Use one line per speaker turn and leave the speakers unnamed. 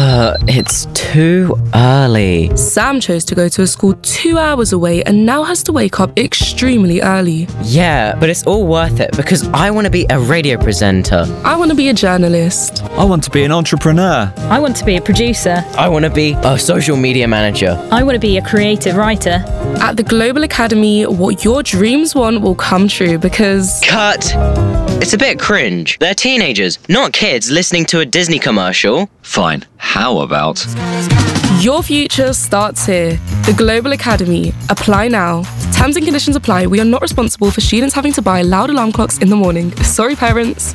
It's too early.
Sam chose to go to a school two hours away and now has to wake up extremely early.
Yeah, but it's all worth it because I want to be a radio presenter.
I want to be a journalist.
I want to be an entrepreneur.
I want to be a producer.
I want to be a social media manager.
I want to be a creative writer.
At the Global Academy, what your dreams want will come true because.
Cut! It's a bit cringe. They're teenagers, not kids listening to a Disney commercial.
Fine. How about
Your future starts here. The Global Academy. Apply now. Terms and conditions apply. We are not responsible for students having to buy loud alarm clocks in the morning. Sorry, parents.